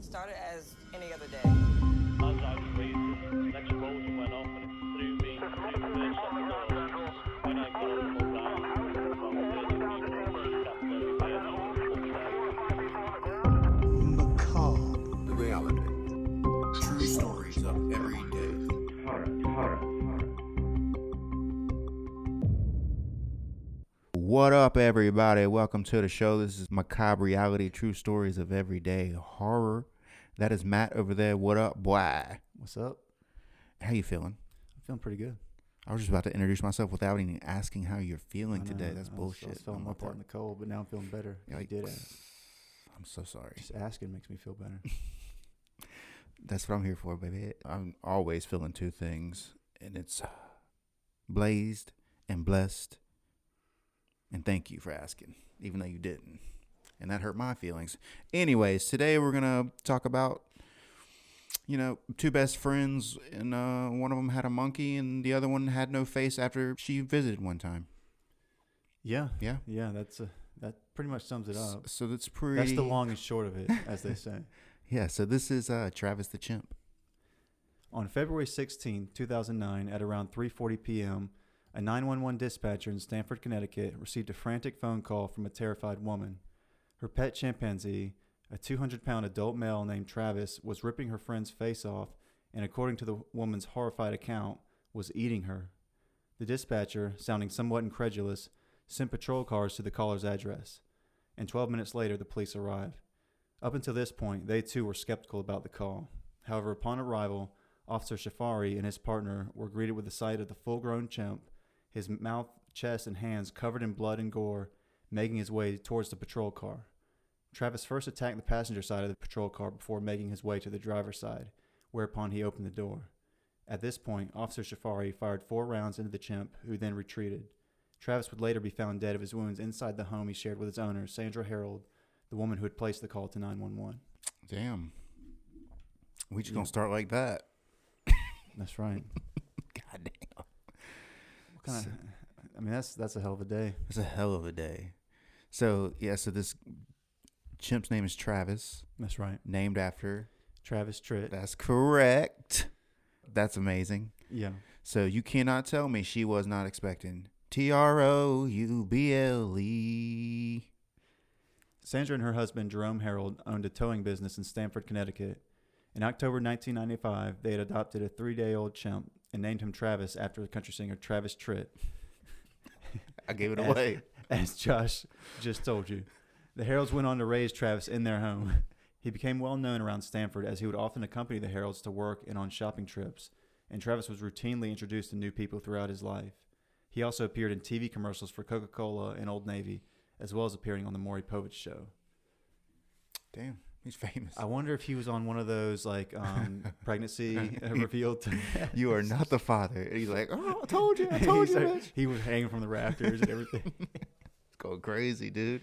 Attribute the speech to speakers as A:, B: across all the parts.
A: started as any other day.
B: As I was leaving, an explosion went off and it threw me through the second door. When I got up and arrived, about 30 people were seated at the repair and I was upstairs.
C: Macabre.
D: reality. True stories of every day.
E: What up, everybody? Welcome to the show. This is Macabre Reality True Stories of Everyday Horror. That is Matt over there. What up, boy?
C: What's up?
E: How you feeling?
C: I'm feeling pretty good.
E: I was just about to introduce myself without even asking how you're feeling
C: I
E: today.
C: know,
E: That's
C: I was-
E: bullshit
C: I was feeling
E: on my
C: like that
E: part.
C: in the cold, but now I'm feeling better. You did
E: Yikes.
C: ask.
E: I'm so sorry.
C: Just asking makes me feel better.
E: That's what I'm here for, baby. I'm always feeling two things, and it's blazed and blessed. And thank you for asking, even though you didn't. And that hurt my feelings. Anyways, today we're going to talk about, you know, two best friends, and uh, one of them had a monkey, and the other one had no face after she visited one time.
C: Yeah.
E: Yeah.
C: Yeah. That's a, that pretty much sums it
E: S-
C: up.
E: So that's pretty.
C: That's the long and short of it, as they say.
E: Yeah, so this is uh, Travis the Chimp.
C: On February 16, 2009, at around 3:40 p.m., a 911 dispatcher in Stamford, Connecticut, received a frantic phone call from a terrified woman. Her pet chimpanzee, a 200-pound adult male named Travis, was ripping her friend's face off and according to the woman's horrified account, was eating her. The dispatcher, sounding somewhat incredulous, sent patrol cars to the caller's address, and 12 minutes later the police arrived. Up until this point, they too were skeptical about the call. However, upon arrival, Officer Shafari and his partner were greeted with the sight of the full grown chimp, his mouth, chest, and hands covered in blood and gore, making his way towards the patrol car. Travis first attacked the passenger side of the patrol car before making his way to the driver's side, whereupon he opened the door. At this point, Officer Shafari fired four rounds into the chimp, who then retreated. Travis would later be found dead of his wounds inside the home he shared with its owner, Sandra Harold, the woman who had placed the call to 911.
E: Damn. We just going to start like that.
C: That's right.
E: God damn.
C: What kind of, I mean, that's that's a hell of a day.
E: It's a hell of a day. So yeah, so this chimp's name is Travis,
C: That's right.
E: named after.
C: Travis Tritt.
E: That's correct. That's amazing.
C: Yeah.
E: So you cannot tell me she was not expecting T R O U B L E.
C: Sandra and her husband Jerome Harold owned a towing business in Stamford, Connecticut. In October 1995, they had adopted a three-day-old chimp and named him Travis after the country singer Travis Tritt.
E: I gave it
C: As-
E: away.
C: as Josh just told you. The Heralds went on to raise Travis in their home. He became well known around Stanford as he would often accompany the Heralds to work and on shopping trips, and Travis was routinely introduced to new people throughout his life. He also appeared in TV commercials for Coca Cola and Old Navy, as well as appearing on The Maury Povich Show.
E: Damn, he's famous.
C: I wonder if he was on one of those like um, pregnancy uh, revealed.
E: you are not the father. And he's like, oh, I told you, I told you, bitch.
C: he was hanging from the rafters and everything.
E: Go crazy, dude.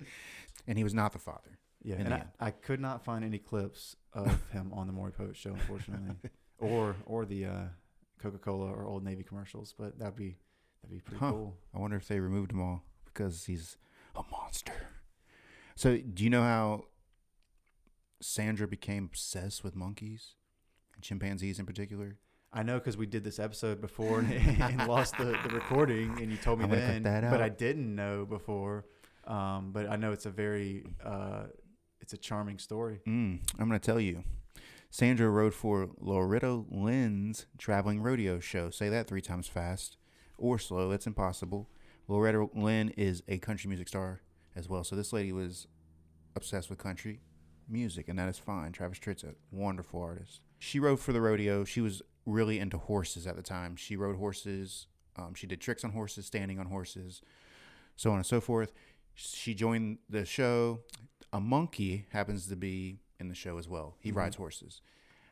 E: And he was not the father.
C: Yeah,
E: in
C: and
E: the
C: I,
E: end.
C: I could not find any clips of him on the Maury Povich show, unfortunately, or or the uh, Coca Cola or Old Navy commercials. But that'd be that'd be pretty
E: Huh.
C: cool.
E: I wonder if they removed him all because he's a monster. So, do you know how Sandra became obsessed with monkeys and chimpanzees in particular?
C: I know because we did this episode before and, and lost the, the recording, and you told me
E: I'm gonna cut
C: then,
E: that
C: but I
E: out.
C: didn't know before. Um, but I know it's a very uh, it's a charming story.
E: Mm, I'm going to tell you. Sandra rode for Loretto Lynn's traveling rodeo show. Say that three times fast or slow. It's impossible. Loretta Lynn is a country music star as well. So, this lady was obsessed with country music, and that is fine. Travis Tritt's a wonderful artist. She rode for the rodeo. She was really into horses at the time. She rode horses. Um, she did tricks on horses, standing on horses, so on and so forth. She joined the show. A monkey happens to be in the show as well. He rides horses.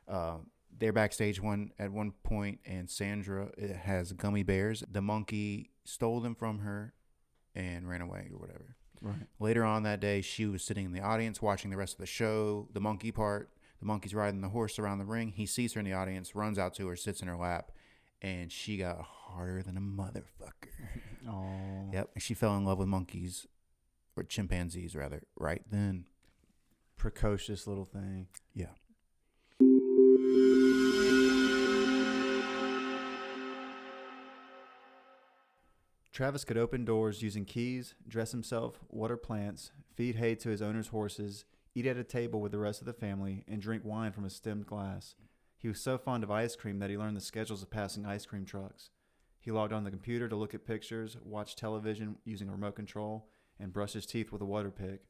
E: Uh, they're backstage one at one point, and Sandra uh, has gummy bears. The monkey stole them from her and ran away or whatever.
C: Right.
E: Later on that day, she was sitting in the audience watching the rest of the show, the monkey part. The monkey's riding the horse around the ring. He sees her in the audience, runs out to her, sits in her lap, and she got harder than a motherfucker.
C: Oh,
E: Yep. And she fell in love with monkeys, or chimpanzees rather, right then.
C: precocious little thing.
E: Yeah.
C: Travis could open doors using keys, dress himself, water plants, feed hay to his owner's horses, eat at a table with the rest of the family, and drink wine from a stemmed glass. He was so fond of ice cream that he learned the schedules of passing ice cream trucks. He logged on the computer to look at pictures, watch television using a remote control, and brush his teeth with a water pick.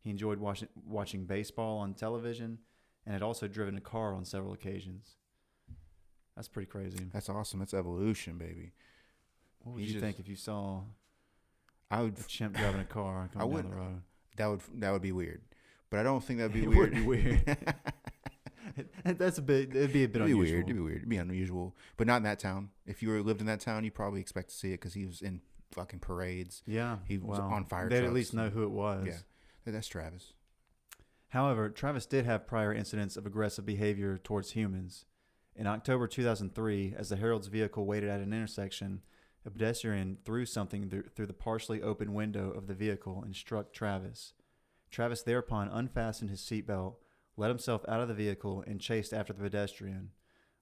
C: He enjoyed watching, watching baseball on television and had also driven a car on several occasions. That's pretty crazy.
E: That's awesome. That's evolution, baby.
C: What would
E: He's
C: you
E: just-
C: think if you saw
E: I would.
C: a chimp driving a car coming down
E: wouldn't-
C: the road?
E: That would. That would be weird. But I don't think that'd be
C: It
E: weird.
C: would be weird. That's a bit. It'd be a bit
E: It'd be
C: unusual.
E: weird. It'd be weird. It'd be unusual. But not in that town. If you were lived in that town, you probably expect to see it because he was in fucking parades.
C: Yeah,
E: He was
C: wow.
E: on fire
C: They'd at
E: trucks.
C: least know who it was.
E: Yeah, Th- that's Travis.
C: However, Travis did have prior incidents of aggressive behavior towards humans. In October 2003, as the Herald's vehicle waited at an intersection, a pedestrian threw something thr- through the partially open window of the vehicle and struck Travis. Travis thereupon unfastened his seatbelt, let himself out of the vehicle, and chased after the pedestrian.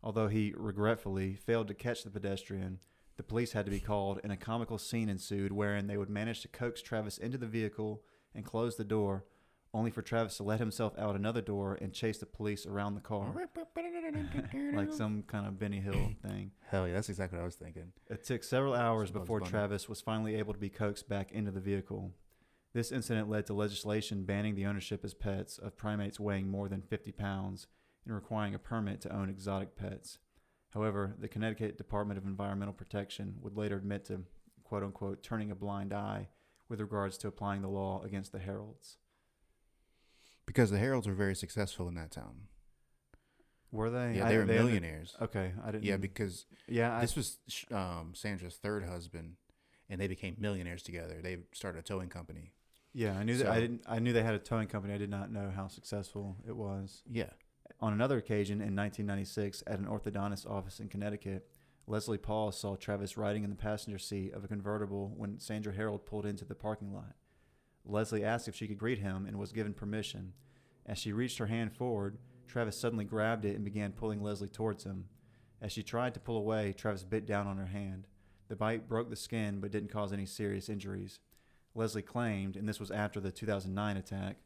C: Although he regretfully failed to catch the pedestrian, the police had to be called, and a comical scene ensued wherein they would manage to coax Travis into the vehicle and close the door, only for Travis to let himself out another door and chase the police around the car, like some kind of Benny Hill thing.
E: Hell yeah, that's exactly what I was thinking.
C: It took several hours
E: Some Bugs
C: before
E: Bunny.
C: Travis was finally able to be coaxed back into the vehicle. This incident led to legislation banning the ownership as pets of primates weighing more than 50 pounds and requiring a permit to own exotic pets. However, the Connecticut Department of Environmental Protection would later admit to, quote unquote, turning a blind eye with regards to applying the law against the Heralds.
E: Because the Heralds were very successful in that town.
C: Were they?
E: Yeah,
C: I-
E: they were
C: under-
E: millionaires.
C: Okay, I didn't.
E: Yeah, because
C: yeah, I-
E: this was sh- um, Sandra's third husband, and they became millionaires together. They started a towing company.
C: yeah. I knew that. I
E: so-
C: didn't. I knew they had a towing company. I did not know how successful it was.
E: Yeah.
C: On another occasion in 1996, at an orthodontist office in Connecticut, Leslie Paul saw Travis riding in the passenger seat of a convertible when Sandra Harold pulled into the parking lot. Leslie asked if she could greet him and was given permission. As she reached her hand forward, Travis suddenly grabbed it and began pulling Leslie towards him. As she tried to pull away, Travis bit down on her hand. The bite broke the skin but didn't cause any serious injuries. Leslie claimed, and this was after the 2009 attack,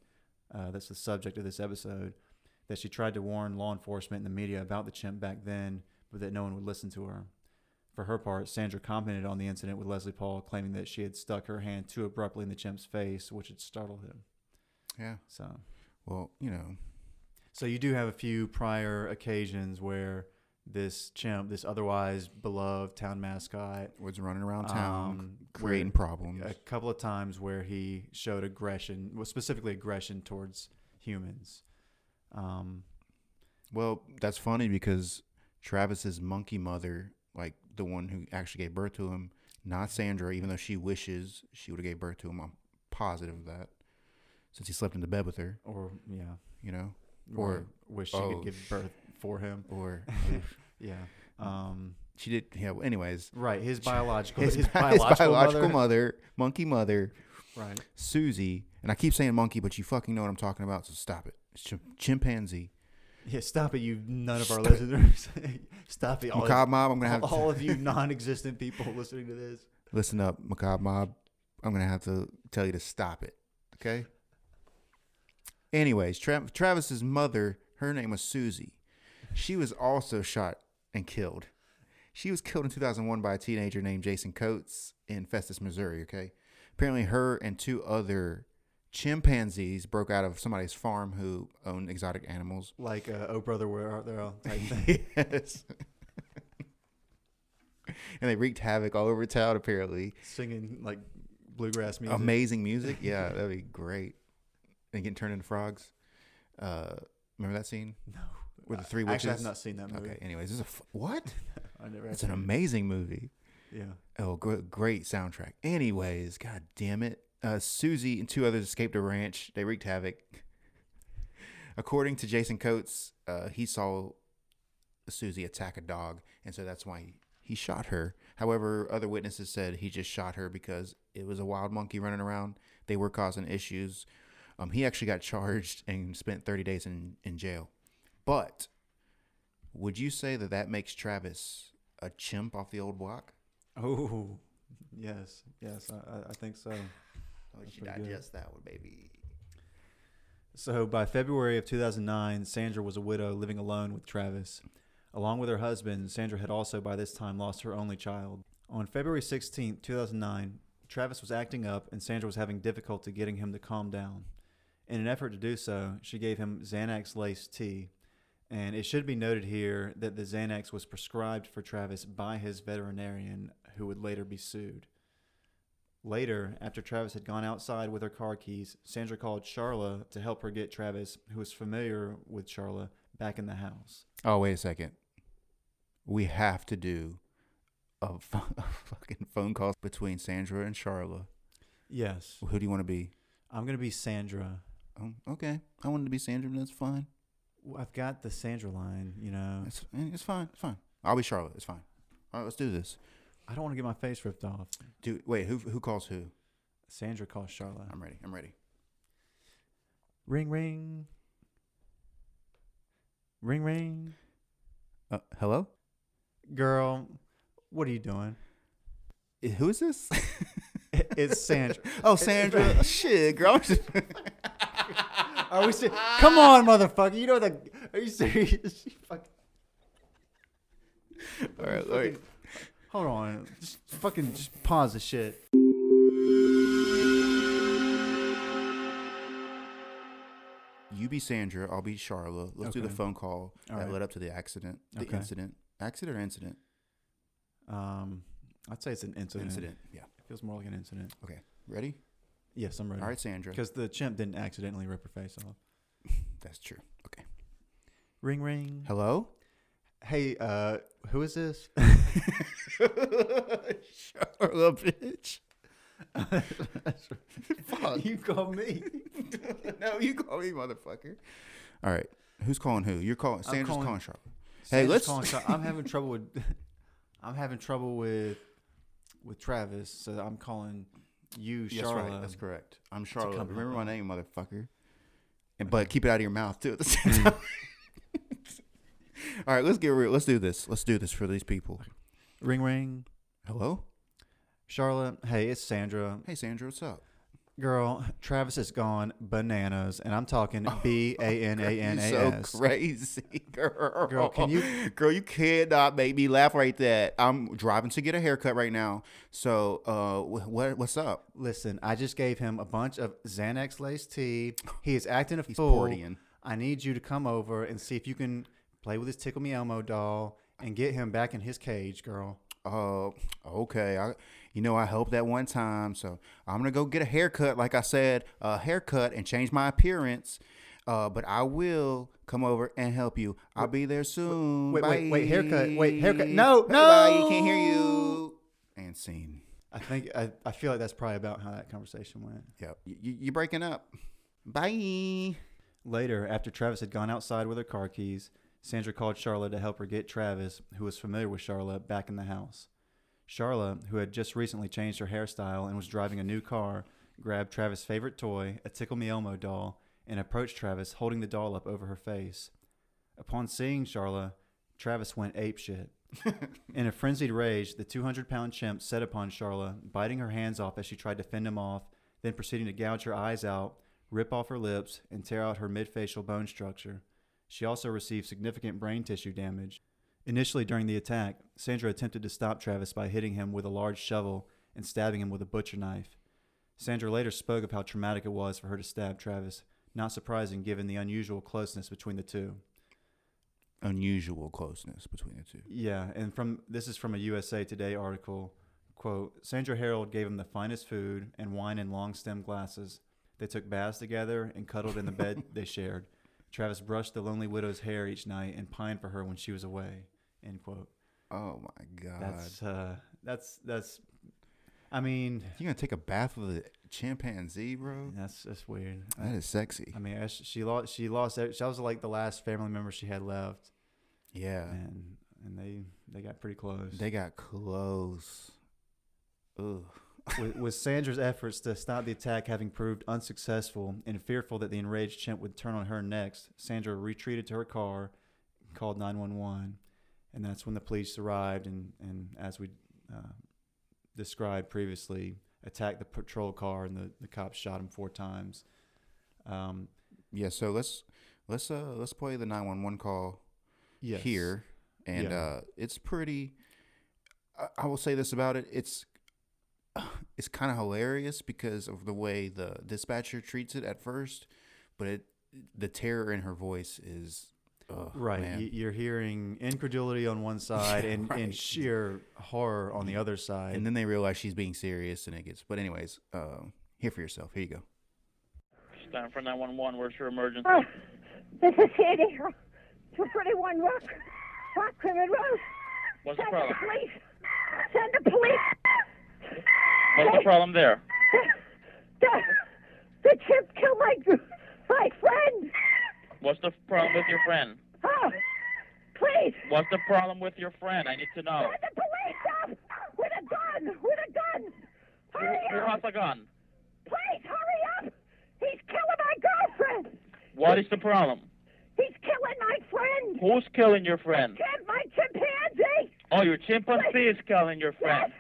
C: uh, that's the subject of this episode, that she tried to warn law enforcement and the media about the chimp back then, but that no one would listen to her. For her part, Sandra commented on the incident with Leslie Paul, claiming that she had stuck her hand too abruptly in the chimp's face, which had startled him.
E: Yeah.
C: So,
E: Well, you know,
C: so you do have a few prior occasions where this chimp, this otherwise beloved town mascot,
E: was running around town,
C: Um,
E: c- creating problems.
C: a couple of times where he showed aggression, well, specifically aggression towards humans. Um,
E: Well, that's funny because Travis's monkey mother, like the one who actually gave birth to him, not Sandra, even though she wishes she would have gave birth to him. I'm positive of that, since he slept in the bed with her,
C: or yeah,
E: you know, or
C: wish she
E: oh,
C: could give
E: sh-
C: birth for him.
E: or uh,
C: Yeah. Um,
E: she did. Yeah. Well, anyways,
C: right. His biological, his,
E: bi-
C: biological,
E: biological
C: mother.
E: mother, monkey mother,
C: Right.
E: Susie, and I keep saying monkey, but you fucking know what I'm talking about, so stop it. It's chim- chimpanzee.
C: Yeah. Stop it, you none of our
E: Stop it.
C: listeners. stop it, all,
E: Macabre mob. I'm gonna have
C: all,
E: to
C: all of you non-existent people listening to this.
E: listen up, macabre mob. I'm gonna have to tell you to stop it. Okay. Anyways, Tra- Travis's mother, her name was Susie. She was also shot and killed. She was killed in 2001 by a teenager named Jason Coates in Festus, Missouri. Okay. Apparently, her and two other chimpanzees broke out of somebody's farm who owned exotic animals.
C: Like, uh, oh brother, where art thou? Type thing.
E: yes. and they wreaked havoc all over town, apparently.
C: Singing like bluegrass music.
E: Amazing music. Yeah, that'd be great. And getting turned into frogs. Uh, remember that scene? No. With the three witches.
C: Actually, I've not seen that movie.
E: Okay. Anyways, this is a f- what?
C: I never.
E: It's an
C: actually-
E: amazing movie.
C: Yeah.
E: Oh, gr- great soundtrack. Anyways, god damn it. Uh, Susie and two others escaped a ranch. They wreaked havoc. According to Jason Coates, uh, he saw Susie attack a dog, and so that's why he, he shot her. However, other witnesses said he just shot her because it was a wild monkey running around. They were causing issues. Um, he actually got charged and spent 30 days in, in jail. But would you say that that makes Travis a chimp off the old block?
C: Oh, Yes, yes, I- I, I think so.
E: I'll let
C: That's
E: you
C: pretty good.
E: digest that one, baby.
C: So by February of 2009, Sandra was a widow living alone with Travis. Along with her husband, Sandra had also by this time lost her only child. On February 16, 2009, Travis was acting up and Sandra was having difficulty getting him to calm down. In an effort to do so, she gave him Xanax Lace tea. And it should be noted here that the Xanax was prescribed for Travis by his veterinarian, who would later be sued. Later, after Travis had gone outside with her car keys, Sandra called Charla to help her get Travis, who was familiar with Charla, back in the house.
E: Oh, wait a second. We have to do a, fu- a fucking phone call between Sandra and Charla.
C: Yes.
E: Who do you want to be?
C: I'm going to be Sandra.
E: Um, okay, I wanted to be Sandra, but that's fine.
C: Well, I've got the Sandra line, you know.
E: It's, eh, it's fine. It's fine. I'll be Charlotte. It's fine. All right, let's do this.
C: I don't want to get my face ripped off.
E: Dude, wait. Who who calls who?
C: Sandra calls Charla.
E: I'm ready. I'm ready.
C: Ring, ring. Ring, ring.
E: Uh, hello.
C: Girl, what are you doing?
E: I- Eh, Who is this?
C: It's Sandra.
E: oh, Sandra. Shit, girl. I'm just-
C: Are we ser- Come on, motherfucker. You know the. Are you serious? She fucking.
E: all right, all right.
C: Hold on. Just fucking just pause the shit.
E: You be Sandra. I'll be Charlotte. Let's do the
C: Okay.
E: phone call that
C: All right.
E: led up to the accident. The
C: Okay.
E: incident. Accident or incident?
C: Um, I'd say it's an incident.
E: Incident. Yeah.
C: It feels more like an incident.
E: Okay. Ready?
C: Yes, I'm ready.
E: All right, Sandra.
C: Because the chimp didn't accidentally rip her face off.
E: That's true. Okay.
C: Ring, ring.
E: Hello.
C: Hey, uh, who is this?
E: Charlotte, bitch. Fuck.
C: you call me.
E: no, you call me motherfucker. All right. Who's calling who? You're calling Sandra's
C: calling-
E: calling, Charlotte. Hey, let's-
C: calling Char- I'm having trouble with. I'm having trouble with, with Travis. So I'm calling you,
E: Yes,
C: Charlotte.
E: right. That's correct. I'm Charlotte.
C: compliment,
E: Remember my
C: right?
E: name, motherfucker. And but keep it out of your mouth too at the same time. All right, let's get real. Let's do this. Let's do this for these people.
C: Ring, ring.
E: Hello?
C: Charlotte. Hey, it's Sandra.
E: Hey Sandra, what's up?
C: Girl, Travis has gone bananas, and I'm talking B A N A N A
E: You're
C: S.
E: Oh so crazy, girl.
C: Girl, can you-
E: Girl, you cannot make me laugh like that. I'm driving to get a haircut right now. So, uh, wh- what what's up?
C: Listen, I just gave him a bunch of Xanax laced tea. He is acting a
E: He's
C: fool.
E: partying.
C: I need you to come over and see if you can play with his Tickle Me Elmo doll and get him back in his cage, girl.
E: Oh, okay. I, you know, I helped that one time, so I'm gonna go get a haircut, like I said, a haircut, and change my appearance. Uh, but I will come over and help you. I'll be there soon.
C: wait, wait, wait, haircut, wait, haircut.
E: Bye.
C: No,
E: Bye, bye,
C: no.
E: can't hear you. And scene.
C: I think I, I feel like that's probably about how that conversation went.
E: Yep, you, you're breaking up. Bye.
C: Later, after Travis had gone outside with her car keys, Sandra called Charlotte to help her get Travis, who was familiar with Charlotte, back in the house. Charlotte, who had just recently changed her hairstyle and was driving a new car, grabbed Travis' favorite toy, a Tickle Me Elmo doll, and approached Travis, holding the doll up over her face. Upon seeing Charlotte, Travis went apeshit. In a frenzied rage, the 200 pound chimp set upon Charla, biting her hands off as she tried to fend him off, then proceeding to gouge her eyes out, rip off her lips, and tear out her mid facial bone structure. She also received significant brain tissue damage. Initially, during the attack, Sandra attempted to stop Travis by hitting him with a large shovel and stabbing him with a butcher knife. Sandra later spoke of how traumatic it was for her to stab Travis, not surprising given the unusual closeness between the two.
E: Unusual closeness between the two.
C: Yeah, and from this is from a USA Today article. Quote: Sandra Harold gave him the finest food and wine in long stem glasses. They took baths together and cuddled in the bed they shared. Travis brushed the lonely widow's hair each night and pined for her when she was away. End quote.
E: Oh my god.
C: That's uh, that's that's. I mean,
E: you gonna take a bath with a chimpanzee, bro?
C: that's that's weird.
E: That is sexy.
C: I mean, I- she lost. She lost. That that was like the last family member she had left,
E: Yeah.
C: and and they they got pretty close.
E: They got close. Ugh.
C: with, with Sandra's efforts to stop the attack having proved unsuccessful and fearful that the enraged chimp would turn on her next, Sandra retreated to her car, called 911, and that's when the police arrived. And, and as we uh, described previously attacked the patrol car and the, the cops shot him four times. Um,
E: Yeah, so let's let's uh let's play the 911 call
C: yes.
E: here and
C: Yeah.
E: uh it's pretty I, I will say this about it, it's it's kind of hilarious because of the way the dispatcher treats it at first, but it the terror in her voice is ugh,
C: Right.
E: man.
C: y- You're hearing incredulity on one side and,
E: Right.
C: and sheer horror on the other side.
E: And then they realize she's being serious, and it gets. But anyways, um, here for yourself. Here you go.
B: Stand for 911. Where's your emergency?
F: Oh, this is Sandy from 241 Rock, Rock River Road.
B: What's the
F: Send
B: problem?
F: the police. Send the police.
B: What's the problem there?
F: The, the chip killed my, my friend.
B: What's the problem with your friend?
F: Oh, please.
B: What's the problem with your friend? I need to know.
F: Send the police up with a gun, with a gun.
B: Who,
F: Hurry
B: who has
F: up.
B: a gun?
F: Please, hurry up. He's killing my girlfriend.
B: What is the problem?
F: He's killing my friend.
B: Who's killing your friend?
F: Chip, my chimpanzee.
B: Oh, your chimpanzee is killing your friend.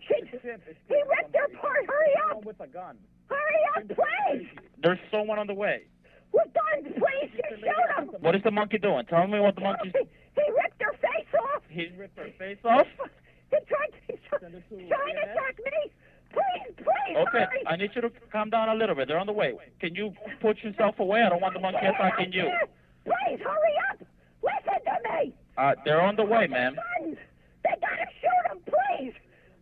F: She, he ripped her apart. Hurry up.
B: With a gun.
F: Hurry up, please.
B: There's someone on the way.
F: We're done. Please, you shoot him.
B: What is the monkey doing? Tell me what the monkey's.
F: He, he ripped her face off.
B: He ripped her face off.
F: He tried to, he's trying to attack
B: E
F: me. Please, please,
B: Okay,
F: hurry.
B: I need you to calm down a little bit. They're on the way. Can you put yourself away? I don't want the monkey
F: Get out
B: attacking you.
F: here. Please, hurry up. Listen to me.
B: Uh, they're on the way, ma'am.
F: Guns. They gotta shoot him, please.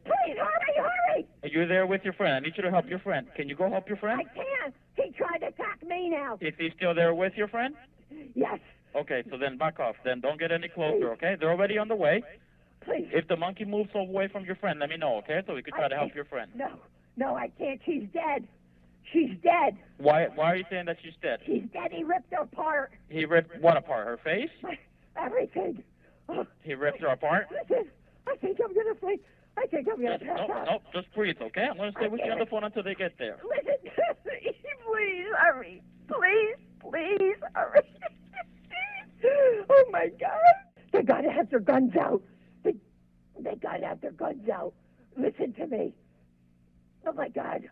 F: Please, hurry, hurry.
B: You're there with your friend. I need you to help your friend. Can you go help your
F: I
B: friend?
F: can't. He tried to attack me now.
B: Is he still there with your friend?
F: Yes,
B: Okay, so then back off. Then don't get any closer, okay? They're already on the way.
F: please.
B: If the monkey moves away from your friend, let me know, okay? So we can try to help your friend.
F: No, no, I can't. She's dead. She's dead.
B: Why why are you saying that she's dead?
F: She's dead. He ripped her apart.
B: He ripped what apart? Her face?
F: Everything. Oh,
B: He ripped her apart?
F: listen, I think I'm gonna faint. I think I'm gonna
B: Nope,
F: pass out.
B: nope, just breathe, okay? I'm gonna stay with you on the phone until they get there.
F: Listen, please hurry. Please, please hurry. oh my God! They gotta have their guns out. They, they gotta have their guns out. Listen to me. Oh my God.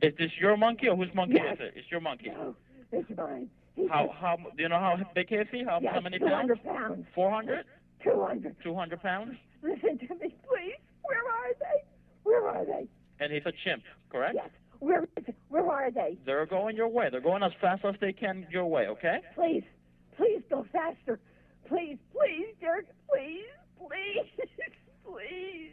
B: Is this your monkey or whose monkey
F: Yes.
B: is it? It's your monkey.
F: No, it's mine. He's
B: How how do you know how big is he? How,
F: yes,
B: how many pounds?
F: 200 pounds.
B: 400?
F: 200.
B: 200 pounds?
F: Listen to me, please. Where are they? Where are they?
B: And he's a chimp, correct?
F: Yes. Where is, where are they?
B: They're going your way. They're going as fast as they can your way, okay?
F: Please, please go faster. Please, please, Dirk. Please, please, please.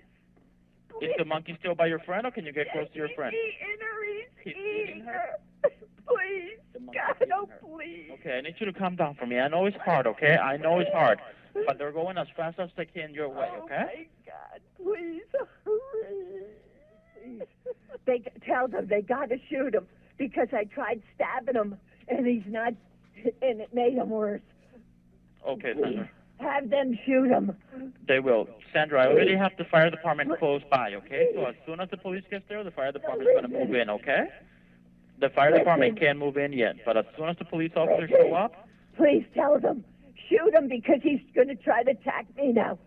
B: Is the monkey still by your friend or can you get close to your
F: He's
B: friend?
F: Eating her. He's,
B: He's eating
F: eating
B: her?
F: her. please,
B: The monkey's
F: God,
B: eating
F: oh
B: her.
F: please.
B: Okay, I need you to calm down for me. I know it's hard, okay? I know it's hard. But they're going as fast as they can your way,
F: Oh
B: okay?
F: my God, please hurry. they tell them they got to shoot him because I tried stabbing him and he's not, and it made him worse.
B: Okay,
F: Please
B: Sandra.
F: have them shoot him.
B: They will. Sandra, I already have the fire department close by, okay? So as soon as the police gets there, the fire department's going to move in, okay? The fire department can't move in yet, but as soon as the police officers show up,
F: Please tell them, shoot him because he's going to try to attack me now.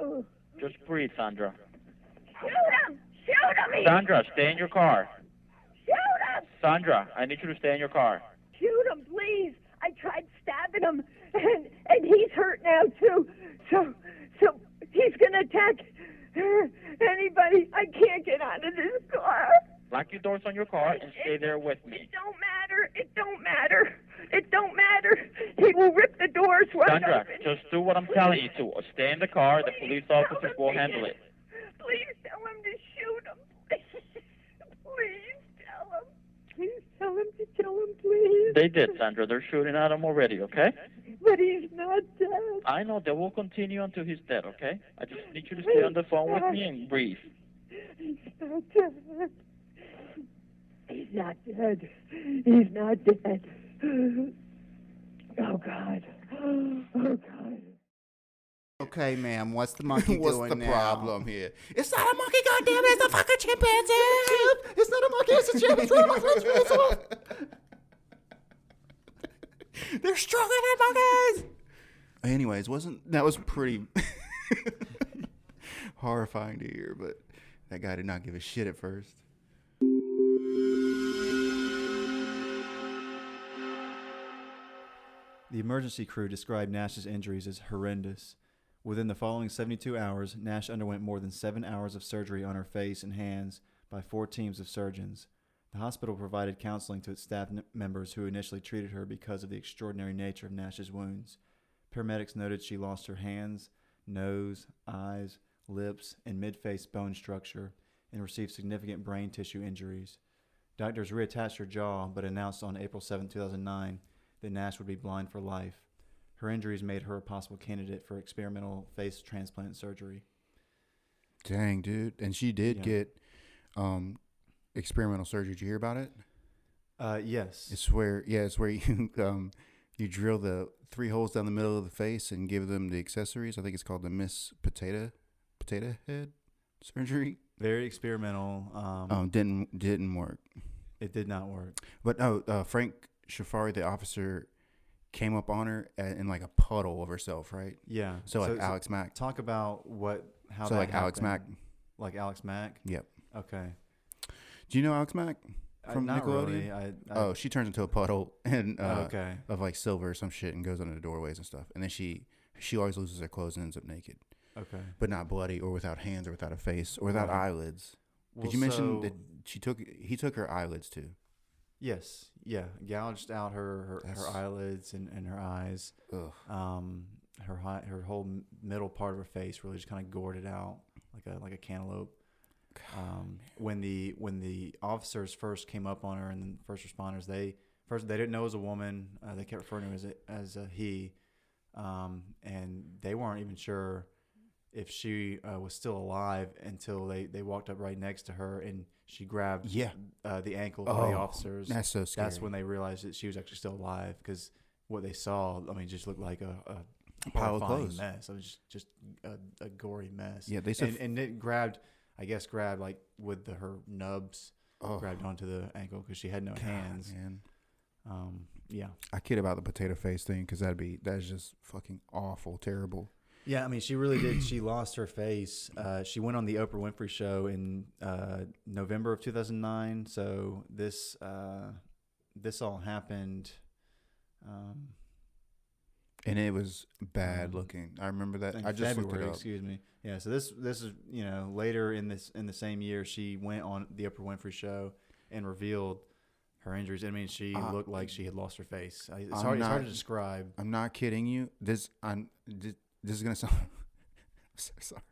F: Oh,
B: just breathe, Sandra.
F: shoot him! Shoot him! Ethan!
B: Sandra, stay in your car.
F: Shoot him!
B: Sandra, I need you to stay in your car.
F: shoot him, please. I tried stabbing him, and and he's hurt now too. So so he's gonna attack anybody. I can't get out of this car.
B: Lock your doors on your car and stay there with me.
F: It don't matter. It don't matter. It don't matter. He will rip the doors wide
B: Sandra,
F: open.
B: just do what I'm telling you to. Stay in the car. The police officers will handle it.
F: Please tell him to shoot him. Please, please tell him. Please tell him to kill him, please.
B: They did, Sandra. They're shooting at him already, okay?
F: But he's not dead.
B: I know they will continue until he's dead, okay? I just need you to stay on the phone with me and breathe.
F: He's not dead. He's not dead. He's not dead. Oh God. Oh God.
G: Okay, ma'am, what's the monkey
E: What's
G: doing
E: the
G: now?
E: problem here? It's not a monkey, goddamn it! It's a fucking chimpanzee.
G: It's not a monkey, it's a chimp. It's one of my friends from the swamp.
E: They're stronger than monkeys. Anyways, wasn't that was pretty horrifying to hear, but that guy did not give a shit at first.
C: The emergency crew described Nash's injuries as horrendous. Within the following 72 hours, Nash underwent more than seven hours of surgery on her face and hands by four teams of surgeons. The hospital provided counseling to its staff n- members who initially treated her because of the extraordinary nature of Nash's wounds. Paramedics noted she lost her hands, nose, eyes, lips, and mid face bone structure and received significant brain tissue injuries. Doctors reattached her jaw but announced on April 7, 2009, that Nash would be blind for life. Her injuries made her a possible candidate for experimental face transplant surgery.
E: Dang, dude. And she did
C: Yeah.
E: get um experimental surgery. Did you hear about it?
C: Uh, yes.
E: It's where yeah, it's where you um you drill the three holes down the middle of the face and give them the accessories. I think it's called the Miss Potato Potato Head surgery.
C: Very experimental. Um,
E: Um, didn't didn't work.
C: It did not work.
E: But no, uh, Frank Shafari, the officer, came up on her a- in like a puddle of herself, right?
C: Yeah.
E: So like Alex Mack.
C: Talk about what, how
E: so
C: that
E: like Alex Mack.
C: happened. Like Alex Mack?
E: Yep.
C: Okay.
E: Do you know Alex Mack
C: I-
E: from
C: Uh, not
E: Nickelodeon?
C: really. I, I,
E: oh, she turns into a puddle and uh,
C: Uh, okay.
E: of like silver or some shit and goes under the doorways and stuff. And then she she always loses her clothes and ends up naked,
C: Okay.
E: but not bloody or without hands or without a face or without
C: Right.
E: eyelids.
C: Well,
E: Did you mention
C: so-
E: that she took he took her eyelids too?
C: Yes. Yeah. Gouged out her her,
E: That's-
C: her eyelids and, and her eyes.
E: Ugh.
C: Um, her hi- her whole m- middle part of her face really just kind of gored it out like a like a cantaloupe. Um, when the when the officers first came up on her and the first responders, they first they didn't know it was a woman. Uh, they kept referring to her as a, as a he, um, and they weren't even sure if she uh, was still alive until they, they walked up right next to her and she grabbed
E: Yeah.
C: uh, the ankle of the
E: Oh,
C: officers.
E: that's so
C: That's
E: scary.
C: when they realized that she was actually still alive because what they saw, I mean, just looked like a, a
E: pile of
C: horrifying
E: clothes.
C: mess. It was just, just a, a gory mess.
E: Yeah, they said-
C: and, and it grabbed, I guess, grabbed like with the, her nubs,
E: Oh,
C: grabbed onto the ankle because she had no
E: God,
C: hands.
E: man.
C: Um, yeah,
E: I kid about the potato face thing because that'd be that's just fucking awful, terrible.
C: yeah. I mean, she really did. She lost her face. Uh, she went on the Oprah Winfrey Show in uh, November of 2009. So this uh, this all happened. Um,
E: And it was bad
C: Um,
E: looking. I remember that.
C: in
E: I just
C: February,
E: looked it up.
C: excuse me. Yeah, so this this is you know later in this in the same year she went on the Oprah Winfrey show and revealed her injuries. I mean, she
E: Uh,
C: looked like she had lost her face. I, it's,
E: I'm
C: hard, it's hard
E: not-
C: to describe.
E: I'm not kidding you. This I'm this, this is gonna sound. I'm so sorry.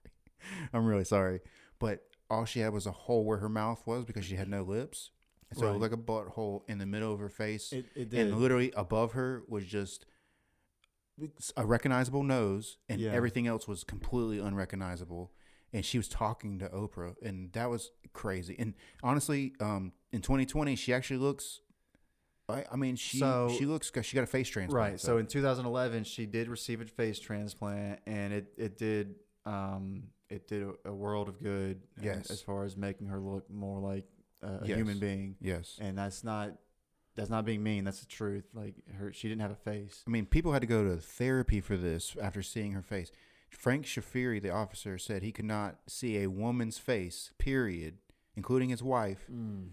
E: I'm really sorry, but all she had was a hole where her mouth was because she had no lips. And So it
C: Right.
E: looked like a butthole in the middle of her face,
C: It, it did.
E: and literally above her was just a recognizable nose, and
C: Yeah.
E: everything else was completely unrecognizable. And she was talking to Oprah, and that was crazy. And honestly, um, in 2020, she actually looks. I, I mean, she
C: So-
E: she looks she got a face transplant.
C: right. So in 2011, she did receive a face transplant, and it it did um it did a, a world of good. uh,
E: Yes.
C: as far as making her look more like a, a
E: Yes.
C: human being,
E: yes,
C: and that's not that's not being mean. That's the truth. Like her, she didn't have a face.
E: I mean, people had to go to therapy for this after seeing her face. Frank Shafiri, the officer, said he could not see a woman's face, period, including his wife,
C: Mm.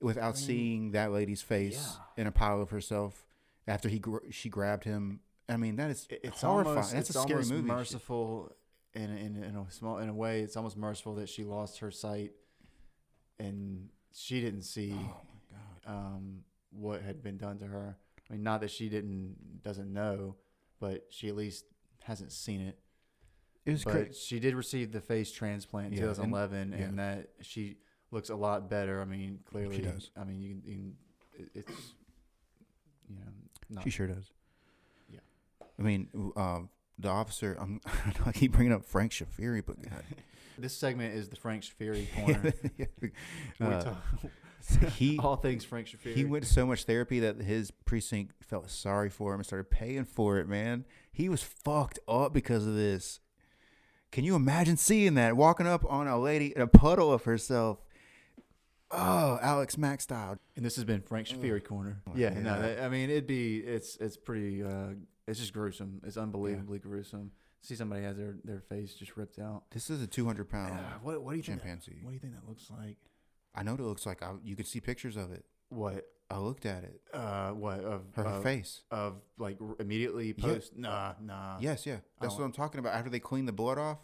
E: without seeing that lady's face in a pile of herself after he gr- she grabbed him. I mean, that is
C: It-
E: it's horrifying. That's
C: it's
E: a scary
C: almost
E: movie.
C: Merciful in, in in a small in a way, it's almost merciful that she lost her sight and she didn't see
E: Oh
C: um, what had been done to her. I mean, not that she didn't doesn't know, but she at least hasn't seen it.
E: It was
C: but
E: crazy.
C: she did receive the face transplant in
E: Yeah, and-
C: 2011, and,
E: yeah.
C: that she looks a lot better. I mean, clearly,
E: does.
C: I mean, you can, you can it- it's you know not
E: She sure does.
C: Yeah.
E: I mean, w- uh, the officer. I'm, I know I keep bringing up Frank Shafiri, but God.
C: This segment is the Frank Shafiri corner. We
E: Uh,
C: talk-
E: he-
C: all things Frank Shafiri.
E: He went to so much therapy that his precinct felt sorry for him and started paying for it, man. He was fucked up because of this. Can you imagine seeing that? Walking up on a lady in a puddle of herself. Oh, Alex Mack style. Mm. Oh,
C: and this has been Frank Shafiri corner. yeah, no,
E: God.
C: that- I mean it'd be it's it's pretty uh, It's just gruesome. It's unbelievably gruesome. See somebody has their, their face just ripped out.
E: This is a 200 pound.
C: Ah, what what do you think? that-
E: chimpanzee.
C: what do you think that looks like?
E: I know what it looks like. I, you can see pictures of it.
C: What?
E: I looked at it.
C: Uh, what of
E: Her
C: of-
E: face.
C: of like r- immediately post? Nah, nah.
E: Yes, yeah. That's
C: Oh.
E: what I'm talking about. After they cleaned the blood off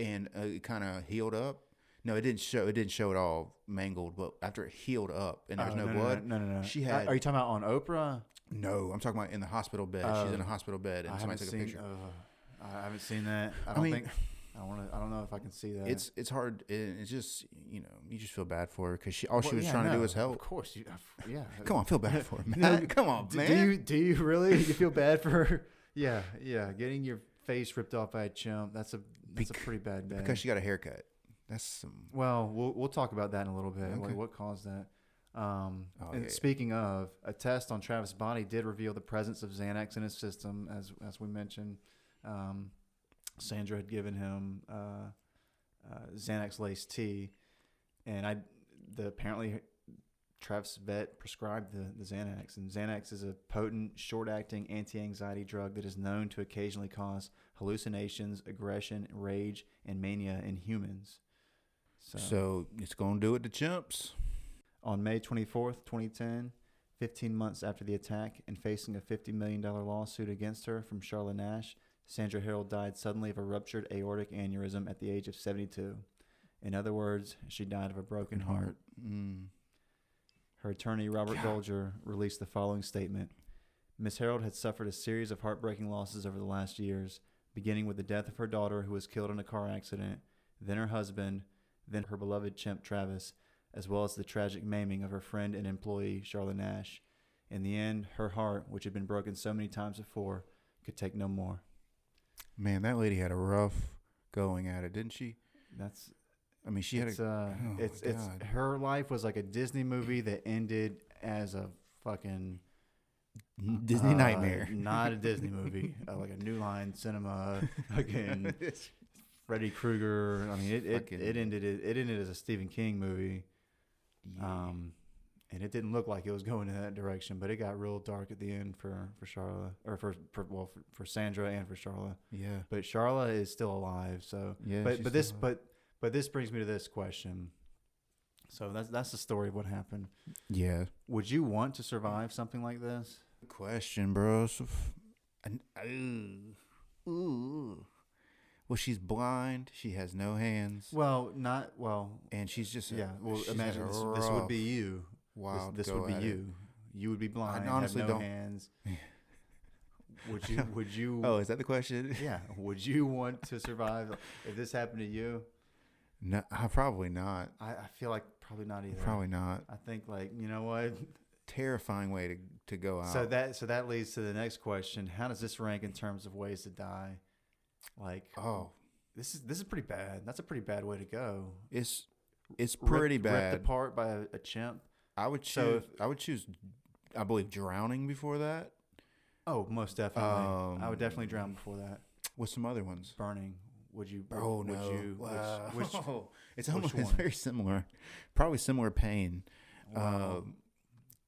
E: and uh, it kind of healed up. No, it didn't show. It didn't show at all mangled. But after it healed up and there's
C: Oh,
E: no, blood,
C: No, no, no. no.
E: She
C: Uh,
E: had.
C: Are you talking about on Oprah?
E: no, I'm talking about in the hospital bed. She's in a hospital bed, and
C: Oh. I haven't
E: somebody took
C: seen.
E: a picture.
C: uh, I haven't seen that. I don't
E: mean-
C: think. I don't want to. I don't know if I can see that.
E: It's it's hard. and It's just you know you just feel bad for her because she all she
C: Well,
E: was
C: yeah,
E: trying to do
C: no,
E: was
C: Of
E: help.
C: course, you, yeah.
E: Come on, feel bad for her, man.
C: No,
E: Come on,
C: do,
E: man.
C: Do you do you really? You feel bad for her? Yeah, yeah. Getting your face ripped off by a chimp. That's a that's a
E: Bec-
C: pretty bad day.
E: because she got a haircut. That's some.
C: well, we'll we'll talk about that in a little bit. What,
E: Okay.
C: what caused that? Um,
E: Oh, yeah,
C: and
E: yeah.
C: speaking of, a test on Travis' body did reveal the presence of Xanax in his system, as as we mentioned. Um, Sandra had given him uh, uh, Xanax laced tea, and I the apparently Travis' vet prescribed the, the Xanax, and Xanax is a potent, short-acting anti-anxiety drug that is known to occasionally cause hallucinations, aggression, rage, and mania in humans. So,
E: So it's gonna do it to chimps.
C: on May 24th, 2010, 15 months after the attack and facing a $50 million lawsuit against her from Charlotte Nash, Sandra Harrell died suddenly of a ruptured aortic aneurysm at the age of 72. In other words, she died of a broken heart.
E: Mm.
C: Her attorney, Robert Dolger, released the following statement Miss Harold had suffered a series of heartbreaking losses over the last years, beginning with the death of her daughter, who was killed in a car accident, then her husband, then her beloved chimp Travis, as well as the tragic maiming of her friend and employee, Charlotte Nash. In the end, her heart, which had been broken so many times before, could take no more.
E: Man, that lady had a rough going at it, didn't she?
C: That's
E: I mean, she had
C: it's
E: a.
C: uh,
E: oh my
C: it's it's
E: God.
C: her life was like a Disney movie that ended as a fucking
E: N- Disney
C: Uh,
E: nightmare.
C: Not a Disney movie. uh, like a New Line Cinema, fucking Freddy Krueger. I mean, it, it,
E: Fucking-
C: it ended it, it ended as a Stephen King movie. Um, and it didn't look like it was going in that direction, but it got real dark at the end for for Charla or for, for well for, for Sandra and for Charla.
E: yeah.
C: But Charla is still alive, so
E: Yeah,
C: But
E: she's
C: but
E: still
C: this
E: alive.
C: but but this brings me to this question. So that's that's the story of what happened.
E: Yeah.
C: Would you want to survive something like this?
E: Good question, bro. So f- an- ooh. Ooh. Well, she's blind. She has no hands.
C: Well, not well.
E: and she's just. a-
C: Yeah. Well,
E: she's had
C: imagine
E: a
C: this, this would be
E: rough-
C: you.
E: wild
C: This, this
E: go
C: would be
E: at it.
C: you. You would be blind.
E: honestly
C: have no
E: don't-
C: hands. would you? Would you?
E: Oh, is that the question?
C: yeah. Would you want to survive if this happened to you?
E: No, uh, probably not.
C: I, I feel like probably not either.
E: Probably not.
C: I think like you know what.
E: Terrifying way to to go out.
C: So that so that leads to the next question. How does this rank in terms of ways to die? Like
E: Oh,
C: this is this is pretty bad. That's a pretty bad way to go.
E: it's it's
C: Ripped-
E: pretty bad.
C: Ripped apart by a, a chimp.
E: I would choose.
C: So
E: I would choose. I believe drowning before that.
C: Oh, most definitely. I would definitely
E: Um,
C: drown before that.
E: What's some other ones?
C: burning would you would-
E: Oh
C: would
E: no!
C: you
E: Wow.
C: which, which
E: it's
C: which
E: almost it's
C: one?
E: very similar. Probably similar pain. Um,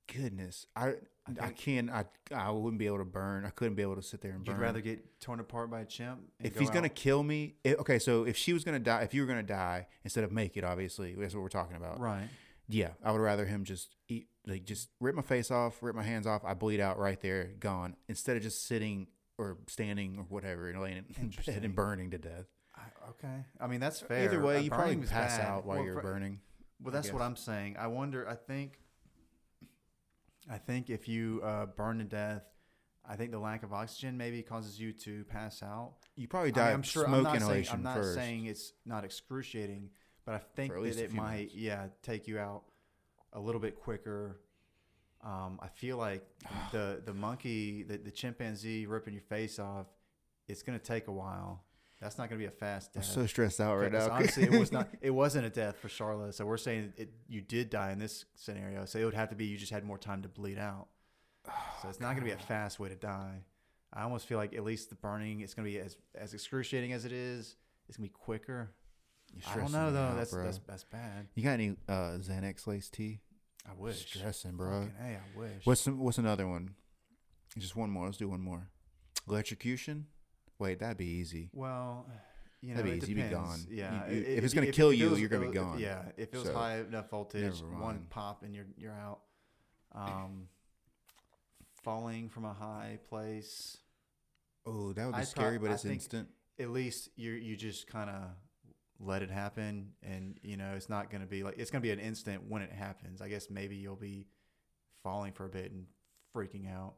E: goodness, I I, can I I wouldn't be able to burn. I couldn't be able to sit there and burn.
C: you'd rather get torn apart by a chimp and
E: if
C: go
E: he's gonna
C: out-
E: kill me, i okay. So if she was gonna die, if you were gonna die instead of make it, obviously that's what we're talking about.
C: right
E: Yeah, I would rather him just eat, like just rip my face off, rip my hands off. I bleed out right there, gone. Instead of just sitting or standing or whatever and laying in bed
C: Interesting.
E: and burning to death.
C: I, okay i mean that's fair
E: Either way,
C: Uh,
E: you
C: burning
E: probably
C: was
E: pass
C: bad.
E: out while
C: Well,
E: you're
C: for-
E: burning.
C: well that's what
E: guess.
C: i'm saying i wonder i think i think if you uh, burn to death i think the lack of oxygen maybe causes you to pass out
E: You probably
C: I
E: die
C: am
E: of
C: sure
E: smoke
C: i'm not saying
E: inhalation
C: i'm not
E: first.
C: saying it's not excruciating but i think
E: at least
C: that
E: a
C: it
E: few
C: might
E: minutes.
C: yeah take you out a little bit quicker um, I feel like the the monkey, the, the chimpanzee ripping your face off, it's gonna take a while. That's not gonna be a fast
E: I'm
C: death.
E: so stressed out right
C: Because
E: now.
C: uh, Honestly, it was not. It wasn't a death for Charlotte. So we're saying it, you did die in this scenario. So it would have to be you just had more time to bleed out. So it's not gonna be a fast way to die. I almost feel like at least the burning, it's gonna be as as excruciating as it is. It's gonna be quicker.
E: You're
C: I don't
E: stressing
C: know
E: me
C: though.
E: out,
C: that's,
E: bro.
C: that's that's bad.
E: You got any uh, Xanax laced tea?
C: I wish.
E: Stressing, bro.
C: Fucking A, I wish.
E: What's some, what's another one? Just one more. Let's do one more. Electrocution? Wait, that'd be easy.
C: Well, you know,
E: That'd be
C: it
E: easy. You'd be
C: depends.
E: gone.
C: Yeah,
E: You- you- if
C: it- it-
E: it's gonna
C: it
E: kill you,
C: feels-
E: you're gonna be
C: it-
E: gone.
C: Yeah, if it was
E: So,
C: high enough voltage,
E: never
C: one
E: mind.
C: pop and you're you're out. Um, falling from a high place,
E: Oh, that would be
C: I'd prob-
E: scary, but
C: I
E: it's
C: think-
E: instant.
C: at least you you just kind of let it happen, and you know it's not gonna be like it's gonna be an instant when it happens. I guess maybe you'll be falling for a bit and freaking out,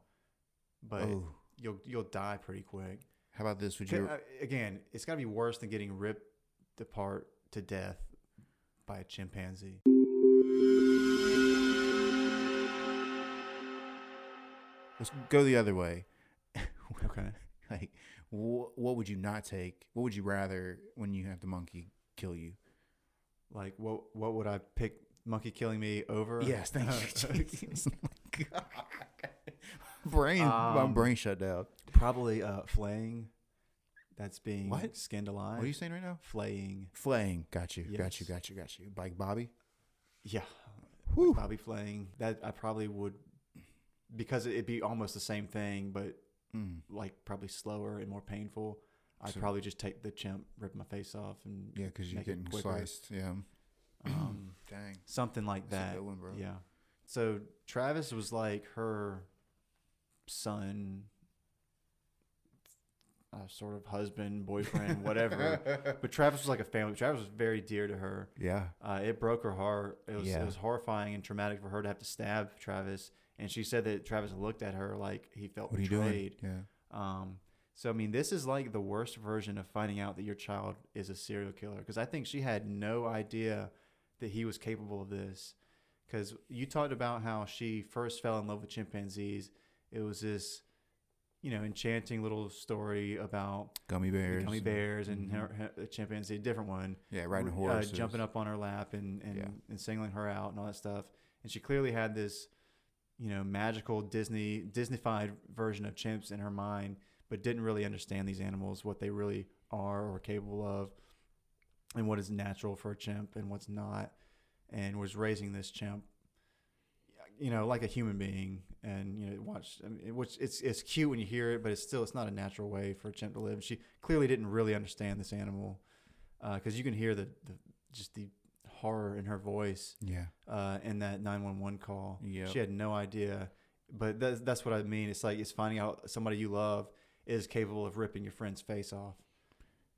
C: but
E: Oh,
C: you'll you'll die pretty quick.
E: how about this? Would
C: Ca-
E: you?
C: uh, again, it's got to be worse than getting ripped apart to death by a chimpanzee.
E: Let's go the other way.
C: Okay.
E: like, wh- what would you not take? What would you rather when you have the monkey kill you?
C: Like what? What would I pick? Monkey killing me over?
E: Yes, thank you. Jesus. brain, my
C: Um,
E: brain shut down.
C: Probably uh, flaying. That's being
E: What?
C: skinned alive.
E: What are you saying right now?
C: Flaying.
E: Flaying. Got you. Got you.
C: Yes.
E: Got you. Got you. Like Bobby.
C: Yeah.
E: Whew.
C: Probably flaying. That I probably would because it'd be almost the same thing, but
E: Mm.
C: like probably slower and more painful. I'd
E: So-
C: probably just take the chimp, rip my face off, and
E: Yeah, because you're
C: make it
E: getting
C: quicker.
E: sliced. Yeah.
C: Um,
E: Dang.
C: something like
E: That's a
C: that.
E: good one, bro.
C: Yeah. So Travis was like her son, uh, sort of husband, boyfriend, whatever. but Travis was like a family. Travis was very dear to her.
E: Yeah.
C: Uh, it broke her heart. It was
E: Yeah.
C: it was horrifying and traumatic for her to have to stab Travis. And she said that Travis looked at her like he felt
E: What are you
C: betrayed.
E: doing? Yeah.
C: Um, so I mean, this is like the worst version of finding out that your child is a serial killer because I think she had no idea that he was capable of this. Because you talked about how she first fell in love with chimpanzees. It was this, you know, enchanting little story about
E: Gummy bears.
C: the gummy bears and
E: Mhm.
C: her, her, a chimpanzee, a different one,
E: Yeah, riding
C: uh,
E: horses.
C: jumping up on her lap and and,
E: Yeah.
C: and singling her out and all that stuff. And she clearly had this, you know, magical Disney Disneyfied version of chimps in her mind, but didn't really understand these animals, what they really are or are capable of, and what is natural for a chimp and what's not, and was raising this chimp. You know, like a human being, and you know, watch. I mean, which it's it's cute when you hear it, but it's still it's not a natural way for a chimp to live. She clearly didn't really understand this animal, because uh, you can hear the, the just the horror in her voice
E: Yeah.
C: uh, in that 911 call.
E: Yep.
C: She had no idea. But that's, that's what I mean. It's like it's finding out somebody you love is capable of ripping your friend's face off.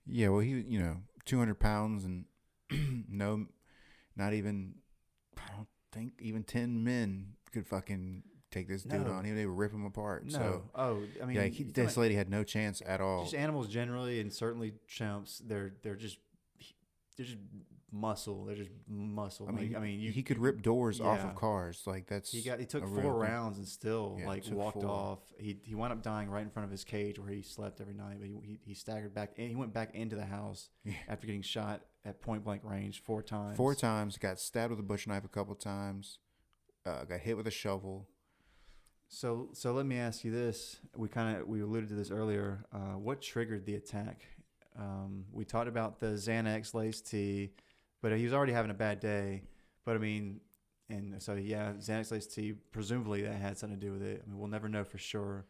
E: Yeah. Well, he, you know, 200 pounds and no, not even, I don't think even 10 men could fucking take this dude
C: No.
E: on. Even they would rip him apart.
C: No.
E: So,
C: oh, I mean,
E: yeah, he,
C: you-
E: this lady had no chance at all.
C: just animals generally, and certainly chimps. They're they're just they're just muscle. They're just muscle.
E: I mean,
C: like, I mean, you,
E: he could rip doors off
C: yeah.
E: of cars. Like that's
C: He got he took
E: a
C: four
E: real thing.
C: rounds and still
E: Yeah,
C: like
E: took
C: walked
E: four.
C: off. He he wound up dying right in front of his cage where he slept every night. But he he, he staggered back and he went back into the house
E: Yeah.
C: after getting shot at point blank range four times.
E: Four times. Got stabbed with a bush knife a couple times. Uh, got hit with a shovel.
C: So so let me ask you this. We kind of we alluded to this earlier. Uh, what triggered the attack? Um, we talked about the Xanax laced tea, but he was already having a bad day. But I mean, and so yeah, Xanax laced tea. Presumably that had something to do with it. I mean, we'll never know for sure.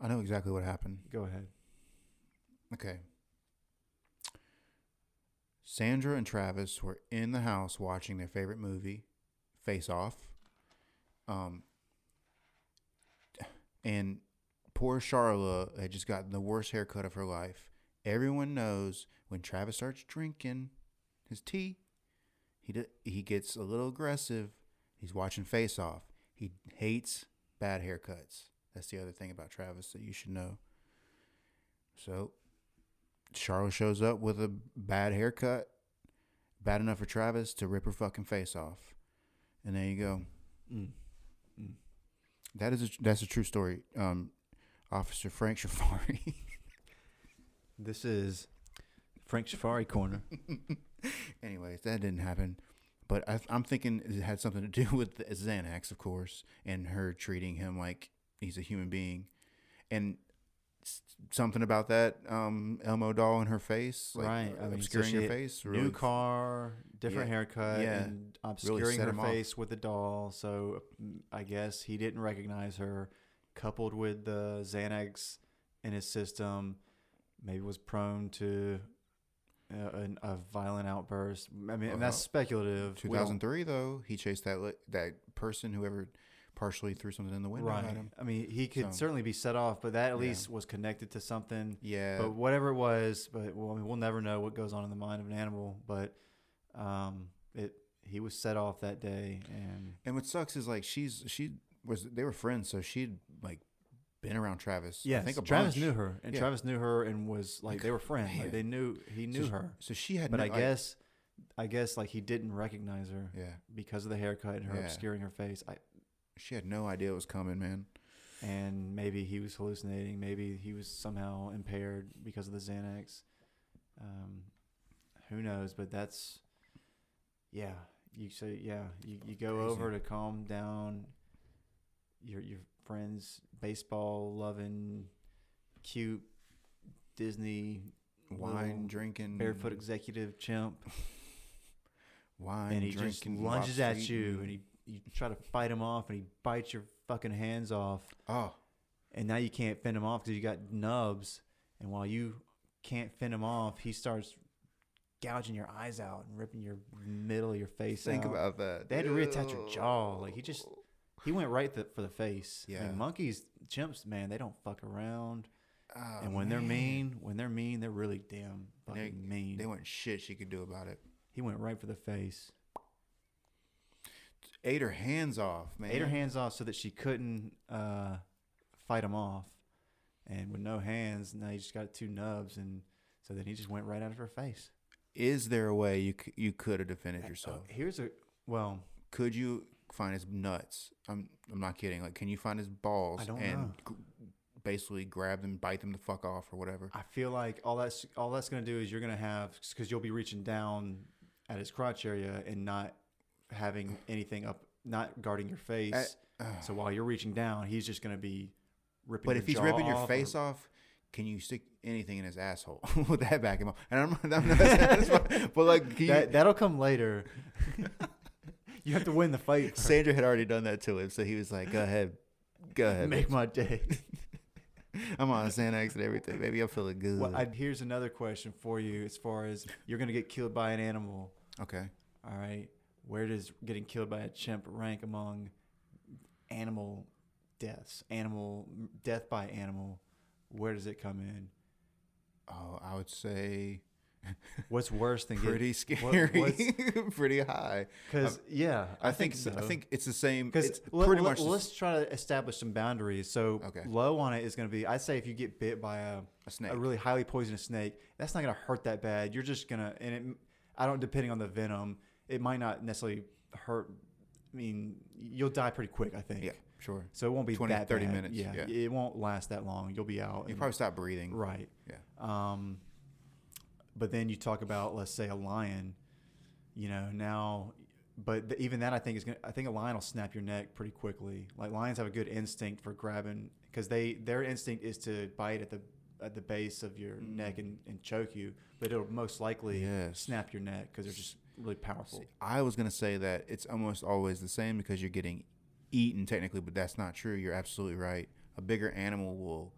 E: I know exactly what happened.
C: Go ahead.
E: Okay. Sandra and Travis were in the house watching their favorite movie, Face Off. Um, and poor Charla had just gotten the worst haircut of her life. Everyone knows when Travis starts drinking his tea, he d- he gets a little aggressive. He's watching Face Off. He hates bad haircuts. That's the other thing about Travis that you should know. So Charlotte shows up with a bad haircut, bad enough for Travis to rip her fucking face off, and there you go.
C: Mm.
E: That is a, that's a true story. Um, Officer Frank Shafari.
C: This is Frank Safari Corner.
E: Anyways, that didn't happen, but I, I'm thinking it had something to do with the Xanax, of course, and her treating him like he's a human being, and s- something about that um, Elmo doll in her face, like
C: right. I mean, so
E: obscuring her
C: she-
E: face.
C: New
E: really-
C: car, different
E: Yeah.
C: haircut,
E: Yeah.
C: and obscuring
E: set
C: her
E: him off.
C: face with the doll. So mm, I guess he didn't recognize her, coupled with the Xanax in his system, maybe was prone to a, an, a violent outburst. I mean, and that's
E: Well,
C: speculative. We don't-
E: 2003 though, he chased that li- that person whoever partially threw something in the window
C: Right.
E: at him.
C: I mean, he could
E: So-
C: certainly be set off, but that at least was connected to something.
E: Yeah.
C: But whatever it was, but well, I mean, we'll never know what goes on in the mind of an animal. But um, it he was set off that day, and
E: And what sucks is like she's she was they were friends, so she'd like been around Travis.
C: yeah,
E: I think a
C: Travis
E: bunch.
C: knew her, and
E: Yeah.
C: Travis knew her, and was like they were friends.
E: man.
C: Like they knew he
E: So
C: knew
E: she-
C: her.
E: So she had.
C: but
E: no-
C: I
E: like-
C: guess, I guess like he didn't recognize her.
E: Yeah.
C: Because of the haircut and her
E: Yeah.
C: obscuring her face, I,
E: she had no idea it was coming, man.
C: and maybe he was hallucinating. Maybe he was somehow impaired because of the Xanax. Um, who knows? But that's yeah. You so yeah. You, you go over to calm down your your friend's baseball loving, cute Disney
E: Wine
C: little
E: drinking,
C: barefoot executive chimp,
E: wine,
C: and he just
E: drinking,
C: lunges
E: lobster
C: at
E: eating.
C: you, and he you try to fight him off, and he bites your fucking hands off
E: oh,
C: and now you can't fend him off because you got nubs. And while you can't fend him off, he starts gouging your eyes out and ripping your middle of your face
E: think
C: out.
E: about that.
C: uh, They had to reattach your jaw. Like he just he went right th- for the face. Yeah,
E: Yeah.
C: monkeys, chimps, man, they don't fuck around.
E: Oh,
C: and when they're
E: man.
C: mean, when they're mean, they're really damn fucking
E: they,
C: mean.
E: they weren't shit she could do about it.
C: he went right for the face.
E: Ate her hands off, man.
C: Ate her hands off so that she couldn't uh, fight him off. And with no hands, now you just got two nubs, and so then he just went right out of her face.
E: Is there a way you c- you could have
C: uh,
E: defended yourself?
C: Here's a well,
E: could you find his nuts? I'm I'm not kidding. Like, can you find his balls
C: I don't
E: and
C: know.
E: g- basically grab them, bite them the fuck off, or whatever?
C: I feel like all that's all that's gonna do is you're gonna have because you'll be reaching down at his crotch area and not having anything up, not guarding your face. so while you're reaching down, he's just gonna be
E: Eh, uh.
C: ripping.
E: But
C: your
E: if he's
C: jaw
E: ripping your
C: off
E: face
C: or,
E: off, can you stick anything in his asshole with that back him up? And I'm, I'm not that's fine. but like, can you,
C: that, that'll come later. you have to win the fight. first.
E: Sandra had already done that to him, so he was like, "Go ahead, go ahead,
C: Make
E: bitch.
C: my day.
E: I'm on Xanax and everything. Baby, I'm feeling good."
C: well, I, here's another question for you. As far as you're gonna get killed by an animal,
E: okay,
C: All right. Where does getting killed by a chimp rank among animal deaths? Animal death by animal. Where does it come in?
E: oh, I would say
C: What's worse than
E: pretty
C: getting, what-
E: scary,
C: what's-
E: pretty high.
C: 'cause, yeah,
E: I, think, so. I think it's the same. It's
C: because let,
E: pretty
C: let,
E: much the
C: let's try to establish some boundaries. So
E: Okay.
C: low on it is going to be. I'd say if you get bit by a,
E: A snake.
C: a really highly poisonous snake, that's not going to hurt that bad. You're just gonna and it. I don't. Depending on the venom, it might not necessarily hurt. I mean, you'll die pretty quick. I think.
E: Yeah, sure.
C: So it won't be
E: 20,
C: that
E: 30
C: bad.
E: minutes,
C: Yeah,
E: yeah.
C: it won't last that long. You'll be out.
E: You
C: and-
E: probably stop breathing.
C: right.
E: Yeah.
C: Um, but then you talk about, let's say, a lion. You know now, but th- even that I think is gonna. I think a lion will snap your neck pretty quickly. Like lions have a good instinct for grabbing because they their instinct is to bite at the at the base of your neck and, and choke you, but it'll most likely
E: Yes.
C: snap your neck because they're just really powerful.
E: I was gonna say that it's almost always the same because you're getting eaten technically, but that's not true. You're absolutely right. A bigger animal will.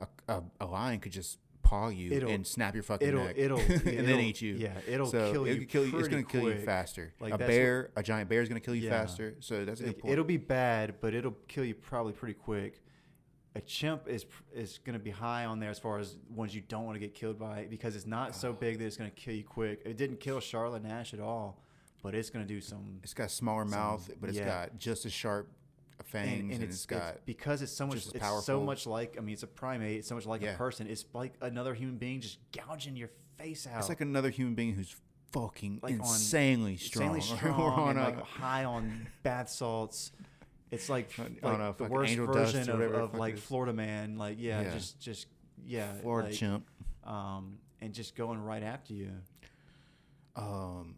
E: A, a, a lion could just paw you
C: It'll-
E: and snap your fucking
C: it'll-
E: neck,
C: it'll-
E: and then
C: it'll-
E: eat you.
C: yeah, it'll
E: So
C: kill
E: it
C: you
E: could kill It's
C: pretty
E: gonna kill you
C: quick.
E: faster.
C: Like,
E: a
C: that's what-
E: bear, a giant bear, is gonna kill you
C: Yeah.
E: faster. So that's a good
C: Like,
E: point.
C: It'll be bad, but it'll kill you probably pretty quick. A chimp is pr- is going to be high on there as far as ones you don't want to get killed by because it's not
E: Ah.
C: so big that it's going to kill you quick. It didn't kill Charlotte Nash at all, but it's going to do some.
E: It's got a smaller mouth, but it's
C: yeah.
E: got just as sharp fangs, and, it's got
C: because it's so much
E: just as
C: it's so
E: powerful.
C: much like I mean it's a primate, it's so much like
E: Yeah.
C: a person. It's like another human being just gouging your face out.
E: It's like another human being who's fucking
C: Oh. Like on-
E: insanely strong.
C: insanely strong
E: or on
C: and
E: a,
C: like high on bath salts. It's like,
E: On-
C: like
E: on a
C: the
E: fucking
C: worst
E: angel dust
C: version
E: or
C: of,
E: whatever the
C: of
E: fuck
C: like
E: it is.
C: Florida man. Like yeah,
E: Yeah.
C: just just yeah,
E: Florida
C: like,
E: chimp.
C: Um, and just going right after you.
E: Um,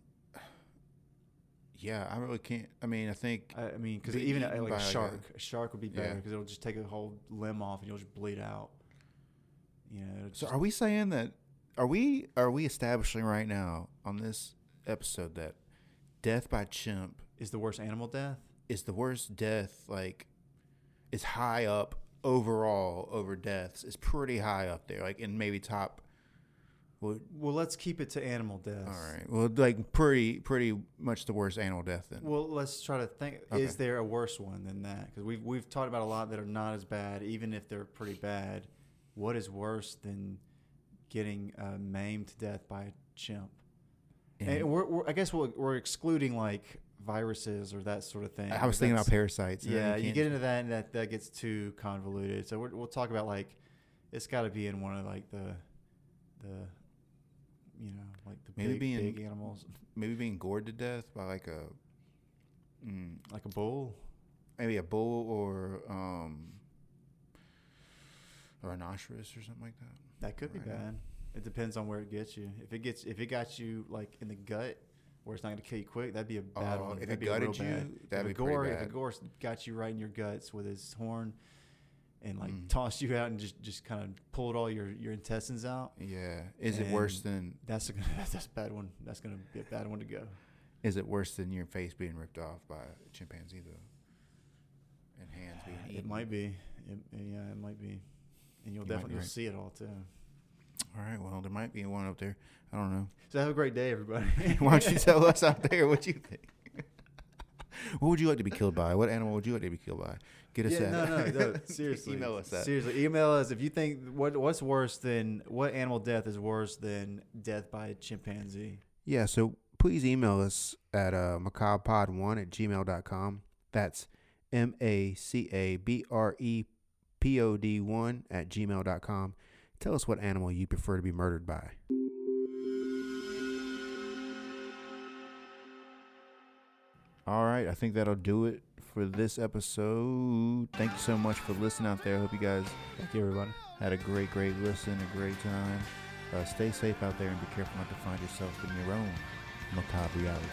E: yeah, I really can't. I mean, I think
C: I, I mean, because
E: Be
C: even
E: eaten
C: uh, like
E: by,
C: a
E: like, a-
C: shark, a shark would be better
E: Yeah.
C: because it'll just take a whole limb off and you'll just bleed out. You know. it'll
E: so.
C: just-
E: Are we saying that? Are we are we establishing right now on this episode that death by chimp
C: is the worst animal death?
E: is the worst death? Like, is high up overall over deaths is pretty high up there, like in maybe top. Well,
C: Well, let's keep it to animal deaths.
E: all right. Well, like pretty pretty much the worst animal death then.
C: Well, let's try to think. Is there a worse one than that? Because we've we've talked about a lot that are not as bad, even if they're pretty bad. What is worse than getting uh, maimed to death by a chimp? And we're, we're, I guess we're, we're excluding like viruses or that sort of thing.
E: I was thinking about
C: That's-
E: parasites. and then
C: Yeah, you,
E: can't-
C: get into that, and that that gets too convoluted. So we're, we'll talk about like it's got to be in one of like the the you know like the
E: Maybe
C: big,
E: be in-
C: big animals
E: maybe being gored to death by like a mm,
C: like a bull.
E: maybe a bull or um a rhinoceros or something like that.
C: That could be
E: Right.
C: bad. It depends on where it gets you. If it gets, if it got you like in the gut, where it's not going to kill you quick, that'd be a bad
E: Oh,
C: one.
E: if it
C: that'd be a real
E: gutted you,
C: bad.
E: that'd
C: if
E: be
C: a
E: pretty
C: gore, If
E: bad.
C: a gore got you right in your guts with his horn, and like
E: Mm.
C: tossed you out and just just kind of pulled all your your intestines out,
E: Yeah. Is it worse
C: And-
E: than
C: that's a, that's a bad one. That's going to be a bad one to go.
E: is it worse than your face being ripped off by a chimpanzee though? And hands being eaten.
C: It might be. It, yeah, it might be. And you'll
E: You might be
C: definitely you'll
E: right.
C: see it all too.
E: All right, well there might be one up there. I don't know.
C: So have a great day, everybody.
E: Why don't you tell us out there what you think? what would you like to be killed by? What animal would you like to be killed by? Get us
C: Yeah,
E: that.
C: no, no, no, seriously.
E: Email us that.
C: Seriously, email us if you think what what's worse than what animal death is worse than death by a chimpanzee.
E: Yeah, so please email us at uh, macabrepod1 at gmail.com. That's M A C A B R E P O D 1 at gmail.com. Tell us what animal you prefer to be murdered by. All right, I think that'll do it for this episode. Thank you so much for listening out there. I hope you guys
C: Thank you, everybody.
E: had a great, great listen, a great time. Uh, stay safe out there and be careful not to find yourself in your own macabre reality.